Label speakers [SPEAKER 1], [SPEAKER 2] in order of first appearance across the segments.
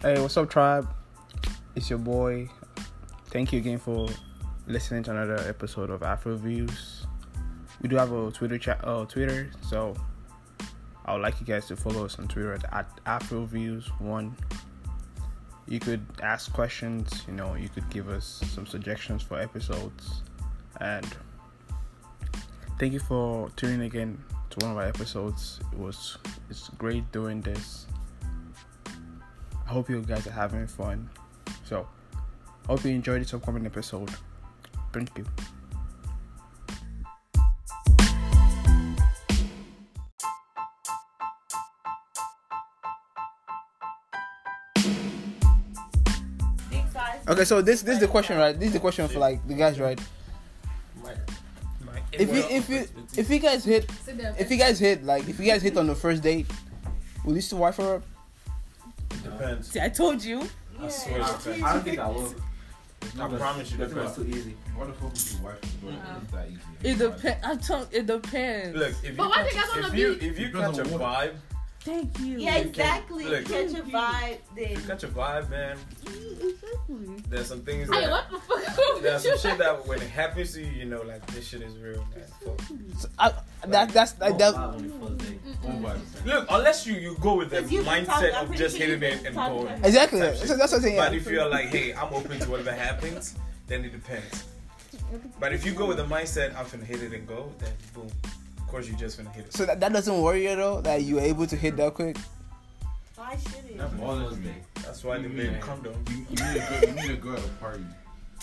[SPEAKER 1] Hey, what's up, tribe? It's your boy. Thank you again for listening to another episode of Afro Views. We do have a Twitter chat, uh, Twitter, so I would like you guys to follow us on Twitter at AfroViews1. You could ask questions, you know, you could give us some suggestions for episodes, and thank you for tuning again to one of our episodes. It was it's great doing this. I hope you guys are having fun. So, hope you enjoyed this upcoming episode. Thank you.
[SPEAKER 2] Big size.
[SPEAKER 1] Okay, so this this is the question, right? This is the question for like the guys, right? If you if you if you guys hit
[SPEAKER 2] Sit down.
[SPEAKER 1] if you guys hit like if you guys hit on the first date, will you still wife her up?
[SPEAKER 3] depends.
[SPEAKER 4] See, I told you.
[SPEAKER 3] I swear it depends.
[SPEAKER 5] I don't think I will.
[SPEAKER 3] I promise you,
[SPEAKER 5] That thing was
[SPEAKER 3] depends.
[SPEAKER 5] too easy.
[SPEAKER 6] What the fuck would you wife do it that easy?
[SPEAKER 4] It depends. I told. It depends.
[SPEAKER 3] Look, if you
[SPEAKER 2] But why do you
[SPEAKER 3] catch-
[SPEAKER 2] guys wanna
[SPEAKER 3] if you
[SPEAKER 2] be-
[SPEAKER 3] if you
[SPEAKER 6] Because
[SPEAKER 3] catch a
[SPEAKER 6] of
[SPEAKER 3] vibe,
[SPEAKER 4] Thank you.
[SPEAKER 2] Yeah, exactly.
[SPEAKER 3] Look.
[SPEAKER 2] Catch a vibe
[SPEAKER 3] if
[SPEAKER 2] then.
[SPEAKER 3] you catch a vibe, man.
[SPEAKER 4] Exactly.
[SPEAKER 3] There's some things
[SPEAKER 2] Hey,
[SPEAKER 3] that
[SPEAKER 2] what the fuck?
[SPEAKER 3] there's some shit that when it happens to you, you know, like this shit is real, man. Fuck.
[SPEAKER 1] So, I, that that's like,
[SPEAKER 3] Oh,
[SPEAKER 1] that.
[SPEAKER 5] Wow, on the first day.
[SPEAKER 3] Look, unless you you go with the
[SPEAKER 2] If you can talk,
[SPEAKER 3] mindset
[SPEAKER 2] I'm
[SPEAKER 3] of
[SPEAKER 2] pretty
[SPEAKER 3] just
[SPEAKER 2] sure you
[SPEAKER 3] hitting it
[SPEAKER 2] can
[SPEAKER 3] and
[SPEAKER 2] talk
[SPEAKER 3] going.
[SPEAKER 2] to her.
[SPEAKER 1] Exactly.
[SPEAKER 3] Type
[SPEAKER 1] So
[SPEAKER 3] shit.
[SPEAKER 1] that's what I'm saying.
[SPEAKER 3] But
[SPEAKER 1] Yeah.
[SPEAKER 3] if you're like, hey, I'm open to whatever happens, then it depends. But if you go with the mindset, I'm finna hit it and go, then boom. Of course, you just finna hit it.
[SPEAKER 1] So that, that doesn't worry you at all that you're able to hit that quick.
[SPEAKER 2] Why should it?
[SPEAKER 6] All those days.
[SPEAKER 3] That's why the
[SPEAKER 6] Mm,
[SPEAKER 3] man
[SPEAKER 6] yeah.
[SPEAKER 3] condom.
[SPEAKER 6] You, you, need a girl, you need a girl at a party.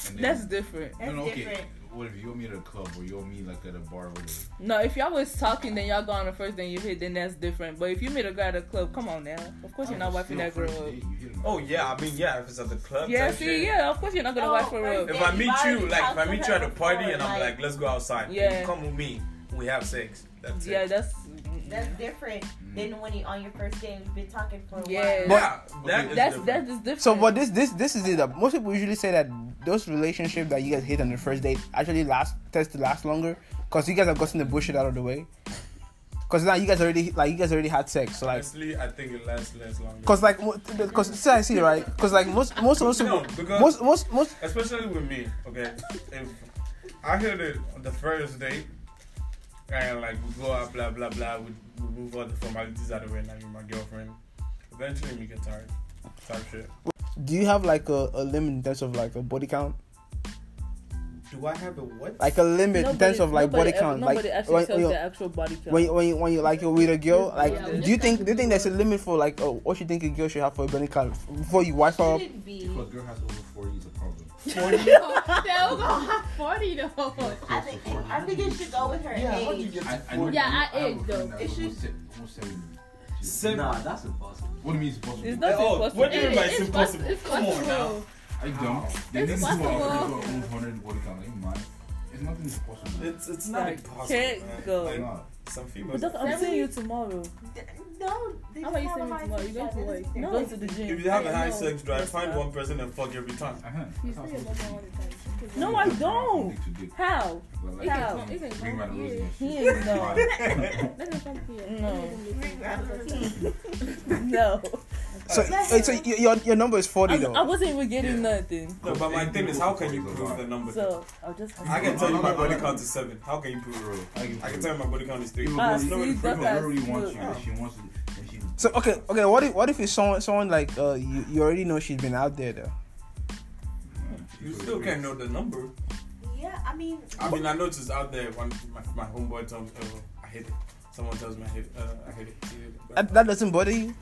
[SPEAKER 6] And then-
[SPEAKER 4] That's different.
[SPEAKER 6] no, no,
[SPEAKER 2] That's
[SPEAKER 6] okay.
[SPEAKER 2] different.
[SPEAKER 6] What if you want me at a club or you want me like at a bar? Or whatever?
[SPEAKER 4] No, if y'all was talking, then y'all go on the first, then you hit, then that's different. But if you meet a guy at a club, come on now. Of course you're not wiping
[SPEAKER 6] Still
[SPEAKER 4] that girl
[SPEAKER 6] first
[SPEAKER 4] up.
[SPEAKER 6] date, you hit him.
[SPEAKER 3] Oh yeah, I mean yeah, if it's at the club.
[SPEAKER 4] Yeah,
[SPEAKER 3] type
[SPEAKER 4] see,
[SPEAKER 3] shit.
[SPEAKER 4] yeah, of course you're not gonna
[SPEAKER 2] Oh,
[SPEAKER 4] wipe her
[SPEAKER 2] first
[SPEAKER 4] up.
[SPEAKER 3] If I
[SPEAKER 2] You've
[SPEAKER 3] meet you,
[SPEAKER 2] already
[SPEAKER 3] like if I
[SPEAKER 2] talked
[SPEAKER 3] meet
[SPEAKER 2] to
[SPEAKER 3] you at
[SPEAKER 2] her
[SPEAKER 3] a party
[SPEAKER 2] before,
[SPEAKER 3] and I'm
[SPEAKER 2] like-
[SPEAKER 3] like, let's go outside.
[SPEAKER 4] Yeah.
[SPEAKER 3] You come with me. We have sex. That's
[SPEAKER 4] Yeah,
[SPEAKER 3] it.
[SPEAKER 4] that's
[SPEAKER 6] Mm-hmm.
[SPEAKER 2] That's different than when you on your first day and you've been talking for a
[SPEAKER 4] Yeah.
[SPEAKER 2] while.
[SPEAKER 3] yeah, that is
[SPEAKER 4] that's
[SPEAKER 3] different.
[SPEAKER 4] that's just different.
[SPEAKER 1] So, but this this this is it. that Most people usually say that those relationships that you guys hit on the first date actually last tends to last longer because you guys have gotten the bullshit out of the way. Because now you guys already like you guys already had sex. So like,
[SPEAKER 3] Honestly, I think it lasts less longer.
[SPEAKER 1] cause like, cause see, I see right. Cause like most most most
[SPEAKER 3] No,
[SPEAKER 1] people
[SPEAKER 3] because-
[SPEAKER 1] most most most
[SPEAKER 3] Especially with me, okay. If I hit it on the first date and like we go out, blah blah blah, we, we move all the formalities out of the way, and I meet my girlfriend. Eventually, we get tired. Type shit.
[SPEAKER 1] do you have like a, a limit in terms of like a body count?
[SPEAKER 3] Do I have a what?
[SPEAKER 1] Like a limit in
[SPEAKER 4] Nobody-
[SPEAKER 1] terms of like
[SPEAKER 4] nobody
[SPEAKER 1] body
[SPEAKER 4] ever-
[SPEAKER 1] count. Like
[SPEAKER 4] Nobody actually
[SPEAKER 1] when,
[SPEAKER 4] tells
[SPEAKER 1] when, you-
[SPEAKER 4] the actual body count.
[SPEAKER 1] when you- when you, when you like you're with a girl, like
[SPEAKER 2] Yeah,
[SPEAKER 1] do you think do you think there's a limit for like oh, what you think a girl should have for a body count before you wife her up?
[SPEAKER 2] Shouldn't be.
[SPEAKER 4] Oh.
[SPEAKER 6] If a girl has over 40, it's a problem.
[SPEAKER 7] They're gonna have 40 though.
[SPEAKER 2] I think I think it should go with her
[SPEAKER 3] yeah, how do you
[SPEAKER 2] age.
[SPEAKER 3] get
[SPEAKER 6] I,
[SPEAKER 3] to
[SPEAKER 6] I know,
[SPEAKER 7] Yeah,
[SPEAKER 6] I,
[SPEAKER 7] I
[SPEAKER 6] I have
[SPEAKER 7] ate,
[SPEAKER 6] a
[SPEAKER 7] though.
[SPEAKER 6] friend that
[SPEAKER 2] It
[SPEAKER 6] was
[SPEAKER 2] should-
[SPEAKER 6] almost se- almost 70. She's-
[SPEAKER 3] seven?
[SPEAKER 5] Nah, that's impossible.
[SPEAKER 6] What do you mean it's possible?
[SPEAKER 4] It's not
[SPEAKER 3] Oh,
[SPEAKER 4] impossible.
[SPEAKER 3] what do you mean by it's impossible?
[SPEAKER 7] possible. It's
[SPEAKER 3] Come on now.
[SPEAKER 7] possible.
[SPEAKER 6] Are you dumb? They
[SPEAKER 7] It's
[SPEAKER 6] didn't do
[SPEAKER 7] possible.
[SPEAKER 6] over 100 body count. Are you mad? It's nothing is possible. Uh-huh.
[SPEAKER 3] It's it's not
[SPEAKER 4] Like,
[SPEAKER 3] impossible.
[SPEAKER 4] can't
[SPEAKER 3] man.
[SPEAKER 4] go.
[SPEAKER 6] Why
[SPEAKER 3] Like,
[SPEAKER 6] not?
[SPEAKER 3] some
[SPEAKER 4] But
[SPEAKER 3] females.
[SPEAKER 4] that's, I'm
[SPEAKER 7] Seven-
[SPEAKER 4] seeing you tomorrow.
[SPEAKER 2] No, they
[SPEAKER 4] How
[SPEAKER 2] just
[SPEAKER 4] about you
[SPEAKER 2] have a
[SPEAKER 4] seeing me
[SPEAKER 2] high
[SPEAKER 4] tomorrow? You
[SPEAKER 2] sex
[SPEAKER 4] going to
[SPEAKER 2] drive.
[SPEAKER 4] like
[SPEAKER 2] They just
[SPEAKER 4] no. go
[SPEAKER 2] think
[SPEAKER 4] to
[SPEAKER 2] they're-
[SPEAKER 4] the gym.
[SPEAKER 3] If you have
[SPEAKER 4] I
[SPEAKER 3] a high
[SPEAKER 4] know.
[SPEAKER 3] sex drive,
[SPEAKER 4] Yes,
[SPEAKER 3] find
[SPEAKER 4] ma'am.
[SPEAKER 3] one person and fuck every time.
[SPEAKER 6] Uh-huh.
[SPEAKER 7] You say
[SPEAKER 6] That's how
[SPEAKER 7] you're
[SPEAKER 6] it's
[SPEAKER 7] going
[SPEAKER 6] supposed to
[SPEAKER 7] all
[SPEAKER 6] be.
[SPEAKER 7] the time.
[SPEAKER 4] No, I don't.
[SPEAKER 6] Dick to dick.
[SPEAKER 4] How?
[SPEAKER 6] But like,
[SPEAKER 4] How?
[SPEAKER 6] you can
[SPEAKER 7] It's like,
[SPEAKER 6] bring around
[SPEAKER 7] yeah.
[SPEAKER 6] those and
[SPEAKER 4] He
[SPEAKER 6] shit.
[SPEAKER 4] is not.
[SPEAKER 7] Let them come here.
[SPEAKER 4] No.
[SPEAKER 7] No.
[SPEAKER 4] no.
[SPEAKER 1] So, wait, so your your- your number is forty
[SPEAKER 4] I,
[SPEAKER 1] though.
[SPEAKER 4] I wasn't even getting nothing.
[SPEAKER 3] No, but my thing is, how can you prove the number?
[SPEAKER 4] So I'll just have
[SPEAKER 3] I
[SPEAKER 4] to.
[SPEAKER 3] can tell you my body count is seven. How can you prove it? I can tell you my body count is three.
[SPEAKER 6] If a
[SPEAKER 4] Ah,
[SPEAKER 6] girl-
[SPEAKER 4] see,
[SPEAKER 6] if a
[SPEAKER 4] that's
[SPEAKER 6] girl really
[SPEAKER 4] how
[SPEAKER 6] wants
[SPEAKER 4] it's
[SPEAKER 6] you, and she wants you, and she
[SPEAKER 1] so okay, okay. What if what if it's someone someone like uh you, you already know she's been out there though.
[SPEAKER 3] You still can't know the number.
[SPEAKER 2] Yeah, I mean,
[SPEAKER 3] I mean, I noticed out there when my, my homeboy tells me, oh, I hit it. Someone tells me I hit, uh, I hit it. he hit it. But,
[SPEAKER 1] That, that doesn't bother you.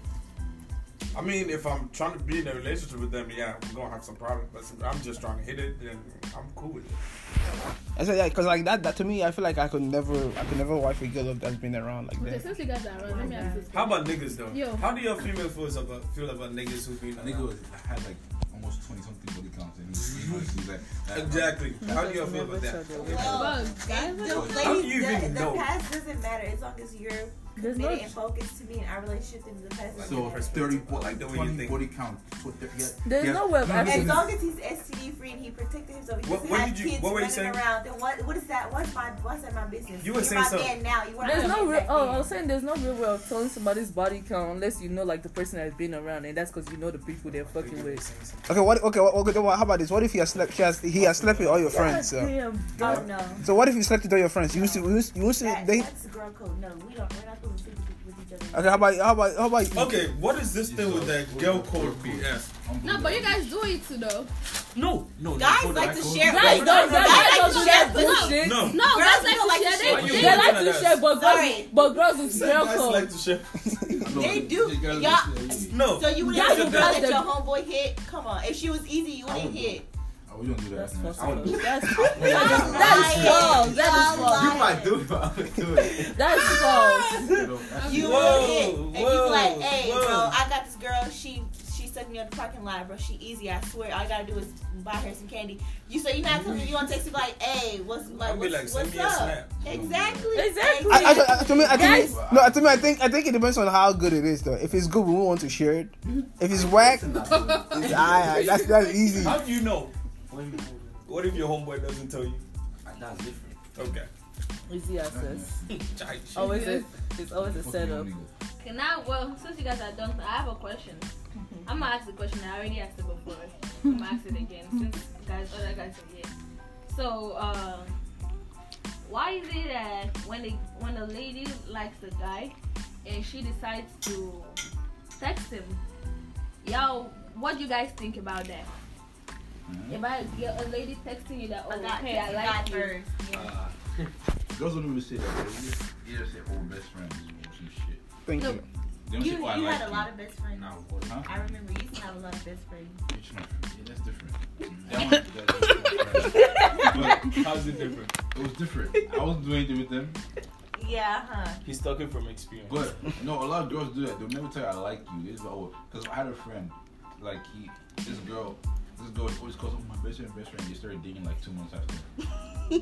[SPEAKER 3] I mean, if I'm trying to be in a relationship with them, yeah, we're gonna have some problems. But if I'm just trying to hit it, then I'm cool with it.
[SPEAKER 1] I said yeah, cause like that, that to me, I feel like I could never I could never wife a girl up that's been around like
[SPEAKER 7] Okay,
[SPEAKER 1] that.
[SPEAKER 7] since you guys are around, let me ask this.
[SPEAKER 3] How about niggas though?
[SPEAKER 7] Yo.
[SPEAKER 3] How do your female feel about feel about niggas who been
[SPEAKER 6] Nigga
[SPEAKER 3] around?
[SPEAKER 6] was, I had like almost 20 something body counts. And he's, you know, he's like, uh,
[SPEAKER 8] Exactly. How do you feel about that?
[SPEAKER 9] Well, guys
[SPEAKER 2] it-
[SPEAKER 9] are-
[SPEAKER 2] the,
[SPEAKER 8] How do
[SPEAKER 2] ladies,
[SPEAKER 8] you
[SPEAKER 2] the,
[SPEAKER 8] even
[SPEAKER 2] the
[SPEAKER 8] know?
[SPEAKER 2] past doesn't matter as long as you're
[SPEAKER 4] There's
[SPEAKER 2] committed
[SPEAKER 4] no-
[SPEAKER 2] and focused to me and our relationship in the past. doesn't
[SPEAKER 6] So
[SPEAKER 2] matter.
[SPEAKER 6] 30, bo- like
[SPEAKER 8] The way you
[SPEAKER 6] 20
[SPEAKER 8] think.
[SPEAKER 6] body count. So thir- yeah,
[SPEAKER 4] There's
[SPEAKER 6] yeah.
[SPEAKER 4] no way of
[SPEAKER 6] No,
[SPEAKER 4] actually-
[SPEAKER 2] As
[SPEAKER 6] listen,
[SPEAKER 4] Exactly.
[SPEAKER 2] long as he's STD free and he protected himself, he
[SPEAKER 8] What-
[SPEAKER 2] doesn't
[SPEAKER 8] what
[SPEAKER 2] have
[SPEAKER 8] did you-
[SPEAKER 2] kids
[SPEAKER 8] what were you
[SPEAKER 2] running
[SPEAKER 8] saying?
[SPEAKER 2] around. Then what? What is that? What's my what's in my business?
[SPEAKER 8] You were
[SPEAKER 2] are
[SPEAKER 8] saying
[SPEAKER 2] my
[SPEAKER 8] something.
[SPEAKER 2] man now. You were
[SPEAKER 4] There's
[SPEAKER 2] my
[SPEAKER 4] no
[SPEAKER 2] man
[SPEAKER 4] real.
[SPEAKER 2] back
[SPEAKER 4] Oh,
[SPEAKER 2] then.
[SPEAKER 4] I was saying there's no real way of telling somebody's body count unless you know like the person that's been around, and that's because you know the people they're fucking with.
[SPEAKER 1] Okay, what? Okay, what, okay. then what- How about this? What if he has slept? She has, he has slept with all your friends.
[SPEAKER 4] God
[SPEAKER 1] So,
[SPEAKER 4] damn,
[SPEAKER 2] Oh no.
[SPEAKER 1] so what if you slept with all your friends? You used to, you used, you used to.
[SPEAKER 2] That,
[SPEAKER 1] They, okay,
[SPEAKER 2] that's girl code. No, we don't. We're not going to sleep with, with each other.
[SPEAKER 1] how about, how about, how about?
[SPEAKER 8] Okay, what is this thing with that girl code BS?
[SPEAKER 9] No, but you guys do it too, though.
[SPEAKER 3] No, no.
[SPEAKER 2] Guys like to share.
[SPEAKER 4] Guys, don't, guys,
[SPEAKER 2] Guys
[SPEAKER 4] don't do that
[SPEAKER 2] to share
[SPEAKER 4] bullshit.
[SPEAKER 8] No.
[SPEAKER 9] No,
[SPEAKER 2] Girls
[SPEAKER 9] guys
[SPEAKER 2] do
[SPEAKER 9] like to
[SPEAKER 2] like to
[SPEAKER 9] share.
[SPEAKER 2] share.
[SPEAKER 9] They,
[SPEAKER 8] You
[SPEAKER 9] they
[SPEAKER 4] They
[SPEAKER 8] guys
[SPEAKER 9] like,
[SPEAKER 4] like to share, but girls,
[SPEAKER 2] Sorry.
[SPEAKER 4] but girls is girl
[SPEAKER 8] Guys like
[SPEAKER 4] code.
[SPEAKER 8] to share.
[SPEAKER 2] They do. Y'all.
[SPEAKER 8] No.
[SPEAKER 2] So you would
[SPEAKER 4] Y'all
[SPEAKER 2] have
[SPEAKER 4] do
[SPEAKER 2] let
[SPEAKER 4] guys
[SPEAKER 2] your
[SPEAKER 4] that-
[SPEAKER 2] homeboy hit? Come on. If she was easy, you wouldn't hit.
[SPEAKER 6] Oh, we don't do that.
[SPEAKER 4] That's
[SPEAKER 6] man.
[SPEAKER 4] fucked
[SPEAKER 6] I
[SPEAKER 4] up.
[SPEAKER 6] don't do that.
[SPEAKER 4] That's
[SPEAKER 2] Y'all
[SPEAKER 4] that is
[SPEAKER 2] lying.
[SPEAKER 4] false. That is
[SPEAKER 2] Y'all
[SPEAKER 4] false.
[SPEAKER 2] lying.
[SPEAKER 3] do it, but I would do it.
[SPEAKER 4] That's false.
[SPEAKER 6] You know, that's-
[SPEAKER 2] You
[SPEAKER 8] Whoa,
[SPEAKER 2] would hit. And you
[SPEAKER 8] whoa,
[SPEAKER 2] be like, hey,
[SPEAKER 8] whoa.
[SPEAKER 2] bro, I got this girl. She she sucked me up the parking lot, bro. She easy. I swear. All I gotta do is buy her some candy. You so you're not telling me you on text me like, hey, what's
[SPEAKER 8] I'll
[SPEAKER 2] like,
[SPEAKER 8] be
[SPEAKER 2] what's,
[SPEAKER 8] like, send
[SPEAKER 2] what's
[SPEAKER 8] me a
[SPEAKER 2] up?
[SPEAKER 8] snap.
[SPEAKER 2] Exactly.
[SPEAKER 4] Exactly.
[SPEAKER 1] I, I, I, to me, I think,
[SPEAKER 4] Guys-
[SPEAKER 1] no, to me, I think, I think it depends on how good it is, though. If it's good, we won't want to share it. If it's whack, it's, I, I, that's that's easy.
[SPEAKER 8] How do you know?
[SPEAKER 3] When you-
[SPEAKER 8] What if your homeboy doesn't tell you?
[SPEAKER 3] That's different.
[SPEAKER 8] Okay.
[SPEAKER 4] Easy access.
[SPEAKER 8] Child shit.
[SPEAKER 4] Always a, it's always a
[SPEAKER 6] Fuck you,
[SPEAKER 4] setup.
[SPEAKER 6] nigga.
[SPEAKER 7] Okay, now, well, since you guys are done, I have a question.
[SPEAKER 3] Mm-hmm.
[SPEAKER 7] I'm gonna ask the question I already asked it before. I'm gonna ask it again since guys, other guys are here. So, um, why is it that when the when a lady likes a guy and she decides to text him, yo, what do you guys think about that? If I get a lady texting you that, oh,
[SPEAKER 2] I got
[SPEAKER 7] okay, I
[SPEAKER 2] got
[SPEAKER 7] like you.
[SPEAKER 2] first.
[SPEAKER 6] Uh, Girls don't even say that. They just, they just say, "Oh, best friends" or some shit.
[SPEAKER 1] Thank you.
[SPEAKER 6] They don't
[SPEAKER 2] You,
[SPEAKER 6] say, "Oh, I
[SPEAKER 2] you
[SPEAKER 6] like
[SPEAKER 2] had a lot of best friends.
[SPEAKER 3] No.
[SPEAKER 6] Huh?
[SPEAKER 2] I remember you used to have a lot of best friends.
[SPEAKER 6] Which one? Yeah, that's different. That one, that's different.
[SPEAKER 8] How's it different?
[SPEAKER 6] But it was different. I wasn't doing anything with them.
[SPEAKER 2] Yeah, huh?
[SPEAKER 8] He's talking from experience.
[SPEAKER 6] But no, a lot of girls do that. They'll never tell you I like you. They just go, because I had a friend, like he, this girl, this girl always calls him my best friend, best friend. They started dating like two months after.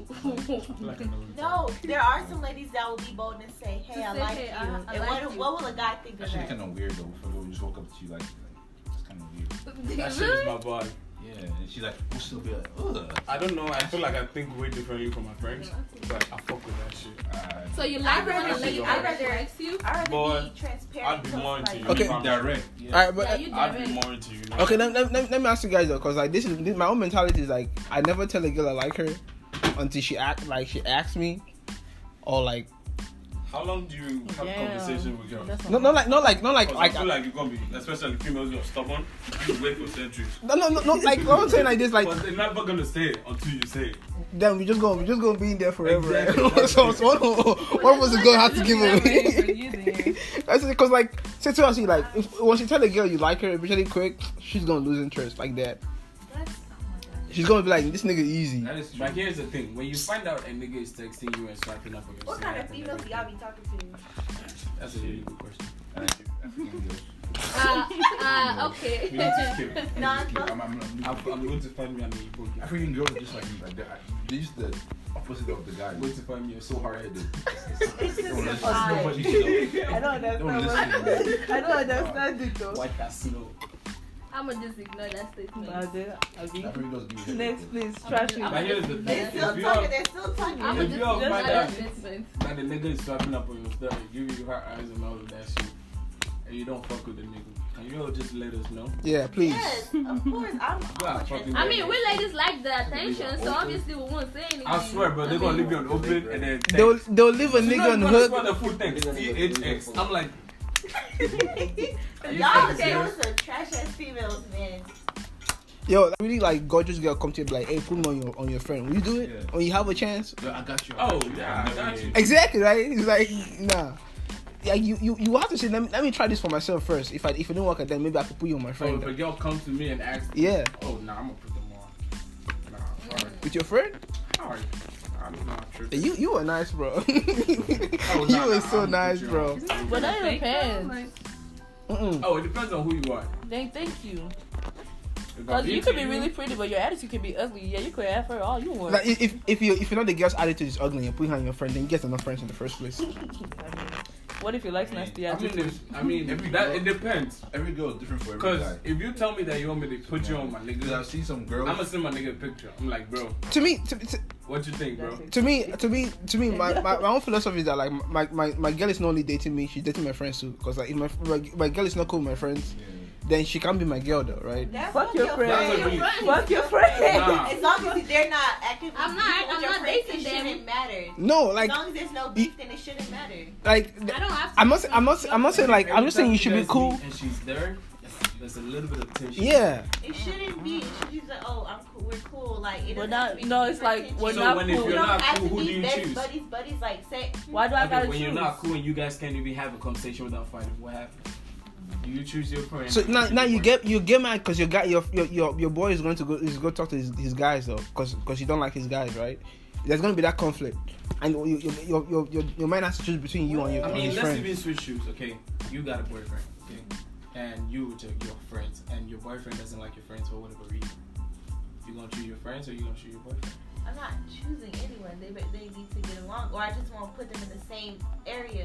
[SPEAKER 8] Like,
[SPEAKER 2] No, there are some ladies that will be bold and say, "Hey,
[SPEAKER 7] To
[SPEAKER 2] I
[SPEAKER 7] say,
[SPEAKER 2] like
[SPEAKER 7] "Hey,
[SPEAKER 2] you."
[SPEAKER 7] I- I
[SPEAKER 2] and
[SPEAKER 7] like
[SPEAKER 2] what,
[SPEAKER 7] you.
[SPEAKER 2] what will a guy think
[SPEAKER 6] That
[SPEAKER 2] of
[SPEAKER 6] shit
[SPEAKER 2] that?
[SPEAKER 6] is kind of weird though. If a girl just walk up to you like, like it's kind of weird.
[SPEAKER 8] that shit is my body.
[SPEAKER 6] Yeah, and she's like, we'll still be like, ugh.
[SPEAKER 8] I don't know. I feel like I think way differently from my friends. But I fuck with that shit.
[SPEAKER 6] I-
[SPEAKER 7] So you like when a
[SPEAKER 8] rather-
[SPEAKER 7] lady
[SPEAKER 8] I'd
[SPEAKER 2] rather-
[SPEAKER 7] likes you?
[SPEAKER 2] I'd rather
[SPEAKER 8] Boy,
[SPEAKER 2] be transparent.
[SPEAKER 8] I'd be
[SPEAKER 2] to
[SPEAKER 8] more into
[SPEAKER 2] somebody.
[SPEAKER 8] you.
[SPEAKER 1] Okay.
[SPEAKER 8] I'm
[SPEAKER 6] direct. Yeah.
[SPEAKER 1] All right,
[SPEAKER 7] Yeah,
[SPEAKER 1] but uh,
[SPEAKER 7] you
[SPEAKER 8] I'd be
[SPEAKER 7] direct.
[SPEAKER 8] more into you. you know?
[SPEAKER 1] okay, let, let, let, let me ask you guys though, cause like this is this, my own mentality is like I never tell a girl I like her until she act like she asks me, or like
[SPEAKER 8] How long do you have
[SPEAKER 4] Yeah.
[SPEAKER 8] conversation with girls?
[SPEAKER 1] no, no, like, no, like, no, like,
[SPEAKER 8] Because I
[SPEAKER 1] like,
[SPEAKER 8] feel like you're gonna be, especially females, you're stubborn. You wait for centuries.
[SPEAKER 1] no, no, no, no, like I'm saying like this, like
[SPEAKER 8] But they're never gonna say it until you say it.
[SPEAKER 1] then we just gonna we just gonna be in there forever. right?
[SPEAKER 8] Exactly.
[SPEAKER 1] so, so one, of- one of us is gonna have to give away. That's because like say to us, you like if, when she tell a girl you like her, really quick, she's gonna lose interest like that.
[SPEAKER 2] That's- oh my God.
[SPEAKER 1] She's gonna be like this nigga easy.
[SPEAKER 6] That is true.
[SPEAKER 3] But here's the thing: when you find out a nigga is texting you and swiping up on your
[SPEAKER 2] What kind of
[SPEAKER 3] Snap and
[SPEAKER 2] females do
[SPEAKER 3] everything,
[SPEAKER 2] y'all be talking to?
[SPEAKER 3] That's a really good question.
[SPEAKER 7] Uh, uh, okay.
[SPEAKER 6] We need to skip.
[SPEAKER 2] No,
[SPEAKER 6] I'm,
[SPEAKER 2] I'm-
[SPEAKER 6] I'm, I'm,
[SPEAKER 3] I'm, I'm
[SPEAKER 6] I'm,
[SPEAKER 3] going to find me an Igbo girl.
[SPEAKER 6] African girls are just like me. Like they're, they're just the opposite of the guys.
[SPEAKER 3] I'm going to find me a
[SPEAKER 6] so hard headed.
[SPEAKER 2] It's just
[SPEAKER 6] Don't
[SPEAKER 2] a
[SPEAKER 6] listen.
[SPEAKER 2] vibe.
[SPEAKER 6] Nobody should know.
[SPEAKER 4] I don't
[SPEAKER 6] Don't listen. man.
[SPEAKER 4] I don't understand it though.
[SPEAKER 3] white ass snow.
[SPEAKER 7] I'm gonna just ignore that statement.
[SPEAKER 6] African girls give you headache.
[SPEAKER 4] Next, please, trash me.
[SPEAKER 3] But here's the
[SPEAKER 2] They're
[SPEAKER 3] thing:
[SPEAKER 2] still
[SPEAKER 3] if
[SPEAKER 2] talking.
[SPEAKER 3] you're
[SPEAKER 2] They're still talking.
[SPEAKER 7] I'm gonna
[SPEAKER 3] If
[SPEAKER 7] just
[SPEAKER 3] you are
[SPEAKER 7] ignore
[SPEAKER 3] mad
[SPEAKER 7] that
[SPEAKER 3] at-
[SPEAKER 7] statement.
[SPEAKER 3] that the nigga is swiping up on your stuff, giving you her eyes and all of that shit, and you don't fuck with the nigga, and you all just let us know.
[SPEAKER 1] Yeah, please.
[SPEAKER 2] Yes, of course. I'm.
[SPEAKER 3] You are fucking.
[SPEAKER 7] I mean, we ladies like the
[SPEAKER 6] Open.
[SPEAKER 7] attention, so obviously we won't say anything.
[SPEAKER 3] I swear, but they're gonna leave you on open and then.
[SPEAKER 1] They'll they'll leave a
[SPEAKER 3] You
[SPEAKER 1] nigga
[SPEAKER 3] know,
[SPEAKER 1] on
[SPEAKER 3] you
[SPEAKER 1] hook.
[SPEAKER 3] spell the full text. THX. I'm like,
[SPEAKER 2] Y'all okay. some trash ass females, man.
[SPEAKER 1] Yo, like, really like gorgeous girl come to you be like, hey, put me on your on your friend. Will you do it
[SPEAKER 6] Yeah.
[SPEAKER 1] when you have a chance?
[SPEAKER 6] Yo, I got you. I
[SPEAKER 3] oh
[SPEAKER 6] got you.
[SPEAKER 3] yeah, I
[SPEAKER 6] Never
[SPEAKER 3] got you.
[SPEAKER 6] did.
[SPEAKER 1] Exactly, right? It's like nah. Like you, you, you have to say let me, let me try this for myself first. If I if it don't work, then maybe I could put you on my
[SPEAKER 3] So
[SPEAKER 1] friend.
[SPEAKER 3] if a girl comes to me and asks,
[SPEAKER 1] yeah,
[SPEAKER 3] oh nah, I'm gonna put them on. Nah, sorry,
[SPEAKER 1] with your friend,
[SPEAKER 3] sorry. I'm not tripping.
[SPEAKER 1] you you were nice, bro.
[SPEAKER 3] Oh,
[SPEAKER 1] you
[SPEAKER 3] nah,
[SPEAKER 1] were
[SPEAKER 3] nah,
[SPEAKER 1] so
[SPEAKER 3] I'm
[SPEAKER 1] nice,
[SPEAKER 3] with you.
[SPEAKER 1] bro.
[SPEAKER 4] But that depends.
[SPEAKER 1] Mm-mm.
[SPEAKER 3] Oh, it depends on who you are.
[SPEAKER 4] Thank, thank you. Cause Oh, you could be really pretty, but your attitude could be ugly. Yeah, you could have her all you want.
[SPEAKER 1] Like if if- if you if you know the girl's attitude is ugly and you put her on your friend, then you get enough friends in the first place.
[SPEAKER 4] I mean, what if you like nasty
[SPEAKER 3] I
[SPEAKER 4] attitude?
[SPEAKER 3] mean, if, I mean,
[SPEAKER 6] Every
[SPEAKER 3] that
[SPEAKER 6] girl-
[SPEAKER 3] it depends.
[SPEAKER 6] Every girl is different for every
[SPEAKER 3] Cause
[SPEAKER 6] guy.
[SPEAKER 3] if you tell me that you want me to put you on my
[SPEAKER 6] Cause I've
[SPEAKER 3] nigga,
[SPEAKER 6] seen some girls.
[SPEAKER 3] I'ma send my nigga a picture. I'm like, bro,
[SPEAKER 1] To me, to, to,
[SPEAKER 3] what you think, bro?
[SPEAKER 1] to me, to me, to me, my, my, my own philosophy is that like my, my, my girl is not only dating me, she's dating my friends too. Cause like if my, my my girl is not cool with my friends,
[SPEAKER 6] Yeah.
[SPEAKER 1] then she can't be my girl though, right?
[SPEAKER 2] That's
[SPEAKER 4] Fuck
[SPEAKER 2] not
[SPEAKER 4] your friend.
[SPEAKER 2] friend.
[SPEAKER 3] That's
[SPEAKER 2] friend.
[SPEAKER 4] Fuck your friend.
[SPEAKER 3] Nah.
[SPEAKER 2] As long as they're not active,
[SPEAKER 7] I'm not- I'm not dating
[SPEAKER 2] It
[SPEAKER 7] them.
[SPEAKER 2] shouldn't matter.
[SPEAKER 1] No, like
[SPEAKER 2] as long as there's no beef, then it shouldn't matter.
[SPEAKER 1] like
[SPEAKER 7] I don't have to.
[SPEAKER 1] I'm not I'm not I'm not saying like I'm just saying you should be
[SPEAKER 3] Every time
[SPEAKER 1] cool.
[SPEAKER 3] guys meet And she's there. There's a little bit of tension.
[SPEAKER 1] Yeah,
[SPEAKER 2] It shouldn't be. It should be like, oh, I'm cool. We're cool. Like it
[SPEAKER 4] We're
[SPEAKER 2] doesn't
[SPEAKER 4] not-
[SPEAKER 2] have to be
[SPEAKER 4] no,
[SPEAKER 2] super
[SPEAKER 4] it's like,
[SPEAKER 2] tension.
[SPEAKER 4] we're
[SPEAKER 3] So
[SPEAKER 4] not
[SPEAKER 3] when
[SPEAKER 4] cool.
[SPEAKER 2] We
[SPEAKER 3] if you're
[SPEAKER 2] don't
[SPEAKER 3] not
[SPEAKER 2] have
[SPEAKER 3] cool,
[SPEAKER 2] to
[SPEAKER 3] who do
[SPEAKER 2] be
[SPEAKER 3] you
[SPEAKER 2] best
[SPEAKER 3] choose?
[SPEAKER 2] buddies. Buddies like say
[SPEAKER 4] Why do I
[SPEAKER 3] Okay,
[SPEAKER 4] gotta
[SPEAKER 3] when
[SPEAKER 4] choose?
[SPEAKER 3] you're not cool and you guys can't even have a conversation without fighting, what happens? You choose your friend.
[SPEAKER 1] so now
[SPEAKER 3] Choose
[SPEAKER 1] now
[SPEAKER 3] your
[SPEAKER 1] you
[SPEAKER 3] friend.
[SPEAKER 1] get you get mad because your guy your your your, your boy is going to go is go talk to his, his guys though, cause cause you don't like his guys, right? There's gonna be that conflict, and you, you, your your your your man has to choose between you and your
[SPEAKER 3] I
[SPEAKER 1] and
[SPEAKER 3] mean,
[SPEAKER 1] his
[SPEAKER 3] let's
[SPEAKER 1] friend.
[SPEAKER 3] even switch shoes, okay? You got a boyfriend, okay? And you with your, your friends, and your boyfriend doesn't like your friends for whatever reason. You gonna choose your friends or you gonna choose your boyfriend?
[SPEAKER 2] I'm not choosing anyone. They they need to get along, or I just want to put them in the same area.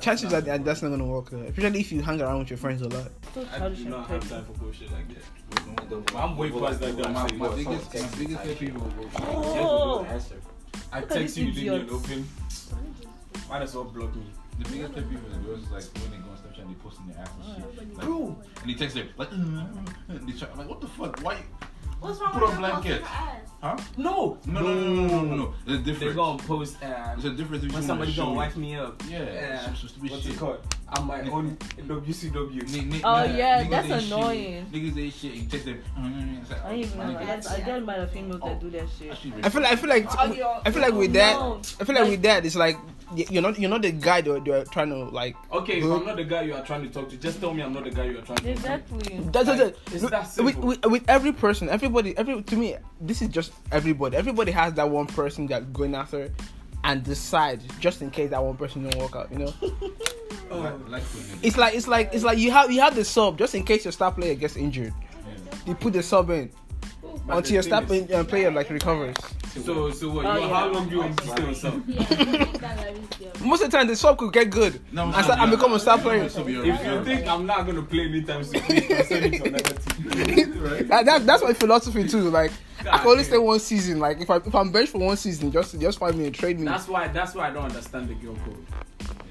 [SPEAKER 1] Chances are that that's not gonna work, though. especially if you hang around with your friends a lot.
[SPEAKER 3] I do not have time for bullshit like that.
[SPEAKER 6] Well,
[SPEAKER 3] I'm way past that dumb
[SPEAKER 6] My,
[SPEAKER 3] shit.
[SPEAKER 6] my biggest, my biggest pet peeve will go
[SPEAKER 4] Oh.
[SPEAKER 3] I
[SPEAKER 4] Look at
[SPEAKER 3] text
[SPEAKER 4] these
[SPEAKER 3] you, you leave me an
[SPEAKER 4] idiots.
[SPEAKER 3] open. Might as well block me.
[SPEAKER 6] The biggest pet peeve with the girls is like when they go on Snapchat and they post in their ass
[SPEAKER 2] Oh,
[SPEAKER 6] and shit. Like,
[SPEAKER 3] Bro!
[SPEAKER 6] and they text them, like, "Mm-hmm." and they try, I'm like, what the fuck? Why?
[SPEAKER 2] What's wrong
[SPEAKER 6] Put
[SPEAKER 2] with
[SPEAKER 6] a
[SPEAKER 2] her posting
[SPEAKER 6] blanket.
[SPEAKER 2] her ass?
[SPEAKER 6] Huh?
[SPEAKER 3] No!
[SPEAKER 6] No, no, no, no, no, no, no. There's a
[SPEAKER 3] They're
[SPEAKER 6] difference.
[SPEAKER 3] gonna post uh,
[SPEAKER 6] There's a difference between
[SPEAKER 3] when somebody's
[SPEAKER 6] showing-
[SPEAKER 3] gonna wipe me up.
[SPEAKER 6] Yeah,
[SPEAKER 3] Uh,
[SPEAKER 6] some- some stupid
[SPEAKER 3] what's
[SPEAKER 6] shit.
[SPEAKER 3] it called? I'm my own WCW.
[SPEAKER 6] Ni- ni-
[SPEAKER 4] Oh,
[SPEAKER 6] ni-
[SPEAKER 4] yeah,
[SPEAKER 6] niggas
[SPEAKER 4] that's
[SPEAKER 6] ain't shit.
[SPEAKER 4] annoying.
[SPEAKER 6] Niggas ain't shit. You text them. It's like,
[SPEAKER 4] I ain't even
[SPEAKER 6] my
[SPEAKER 4] know.
[SPEAKER 6] nigga,
[SPEAKER 4] Like, I get mad at females that do that
[SPEAKER 6] that
[SPEAKER 4] shit.
[SPEAKER 6] shit
[SPEAKER 1] I feel like I feel like I feel like with that
[SPEAKER 4] No.
[SPEAKER 1] I feel like with that it's like y- you're not you're not the guy that they're trying to like.
[SPEAKER 3] Okay, if
[SPEAKER 1] Who?
[SPEAKER 3] I'm not the guy you are trying to talk to, just tell me I'm not the guy you are trying to talk to.
[SPEAKER 4] Exactly.
[SPEAKER 1] That's
[SPEAKER 3] Like,
[SPEAKER 1] it.
[SPEAKER 3] it's that
[SPEAKER 1] With,
[SPEAKER 3] simple.
[SPEAKER 1] with, with every person, everybody, every to me, this is just everybody. Everybody has that one person that's going after, and decide just in case that one person don't work out. You know,
[SPEAKER 7] Oh,
[SPEAKER 6] Like, like when niggas-
[SPEAKER 1] it's like it's like it's like you have you have the sub just in case your star player gets injured. You put the sub in
[SPEAKER 3] But
[SPEAKER 1] until
[SPEAKER 3] the
[SPEAKER 1] your
[SPEAKER 3] thing
[SPEAKER 1] star
[SPEAKER 3] is-
[SPEAKER 1] play, uh, player like recovers.
[SPEAKER 3] So, so what?
[SPEAKER 4] Oh,
[SPEAKER 3] you,
[SPEAKER 4] yeah.
[SPEAKER 3] How long you want to stay on sub?
[SPEAKER 7] Yeah, I think that that is the-
[SPEAKER 1] Most of the time, the sub could get good
[SPEAKER 6] No,
[SPEAKER 1] and,
[SPEAKER 6] it's
[SPEAKER 1] start,
[SPEAKER 6] not-
[SPEAKER 1] and become a star player.
[SPEAKER 6] It's not your-
[SPEAKER 3] If you think I'm not gonna play anytime soon, please consider it another team.
[SPEAKER 1] That, that, that's my philosophy too. Like I can only
[SPEAKER 3] God
[SPEAKER 1] stay one season. Like if I if I'm benched for one season, just just find me and trade me.
[SPEAKER 3] That's why. That's why I don't understand the girl code.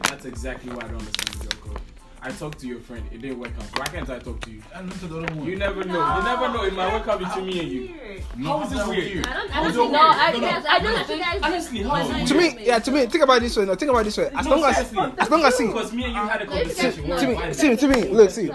[SPEAKER 3] That's exactly why I don't understand the girl code. I talked to your friend. It didn't work out. Why can't I talk to you?
[SPEAKER 6] I looked at the other one.
[SPEAKER 3] You never know. You never know. It might work out between me and you.
[SPEAKER 2] Weird.
[SPEAKER 6] No,
[SPEAKER 3] How is
[SPEAKER 6] that's
[SPEAKER 3] this weird?
[SPEAKER 7] I don't. I
[SPEAKER 3] Oh,
[SPEAKER 7] don't
[SPEAKER 3] don't
[SPEAKER 7] think.
[SPEAKER 3] worry.
[SPEAKER 7] I
[SPEAKER 3] No, no.
[SPEAKER 7] guess. I don't think.
[SPEAKER 3] Honestly, how is
[SPEAKER 1] to
[SPEAKER 3] it
[SPEAKER 1] me, yeah, to me, think about it this way. No, think about it this way. As long as as long as see,
[SPEAKER 3] Because me and you had a
[SPEAKER 7] No, it's
[SPEAKER 3] conversation.
[SPEAKER 7] okay.
[SPEAKER 1] to
[SPEAKER 3] why
[SPEAKER 1] me,
[SPEAKER 3] is
[SPEAKER 1] to me,
[SPEAKER 3] it?
[SPEAKER 1] to me, look, see,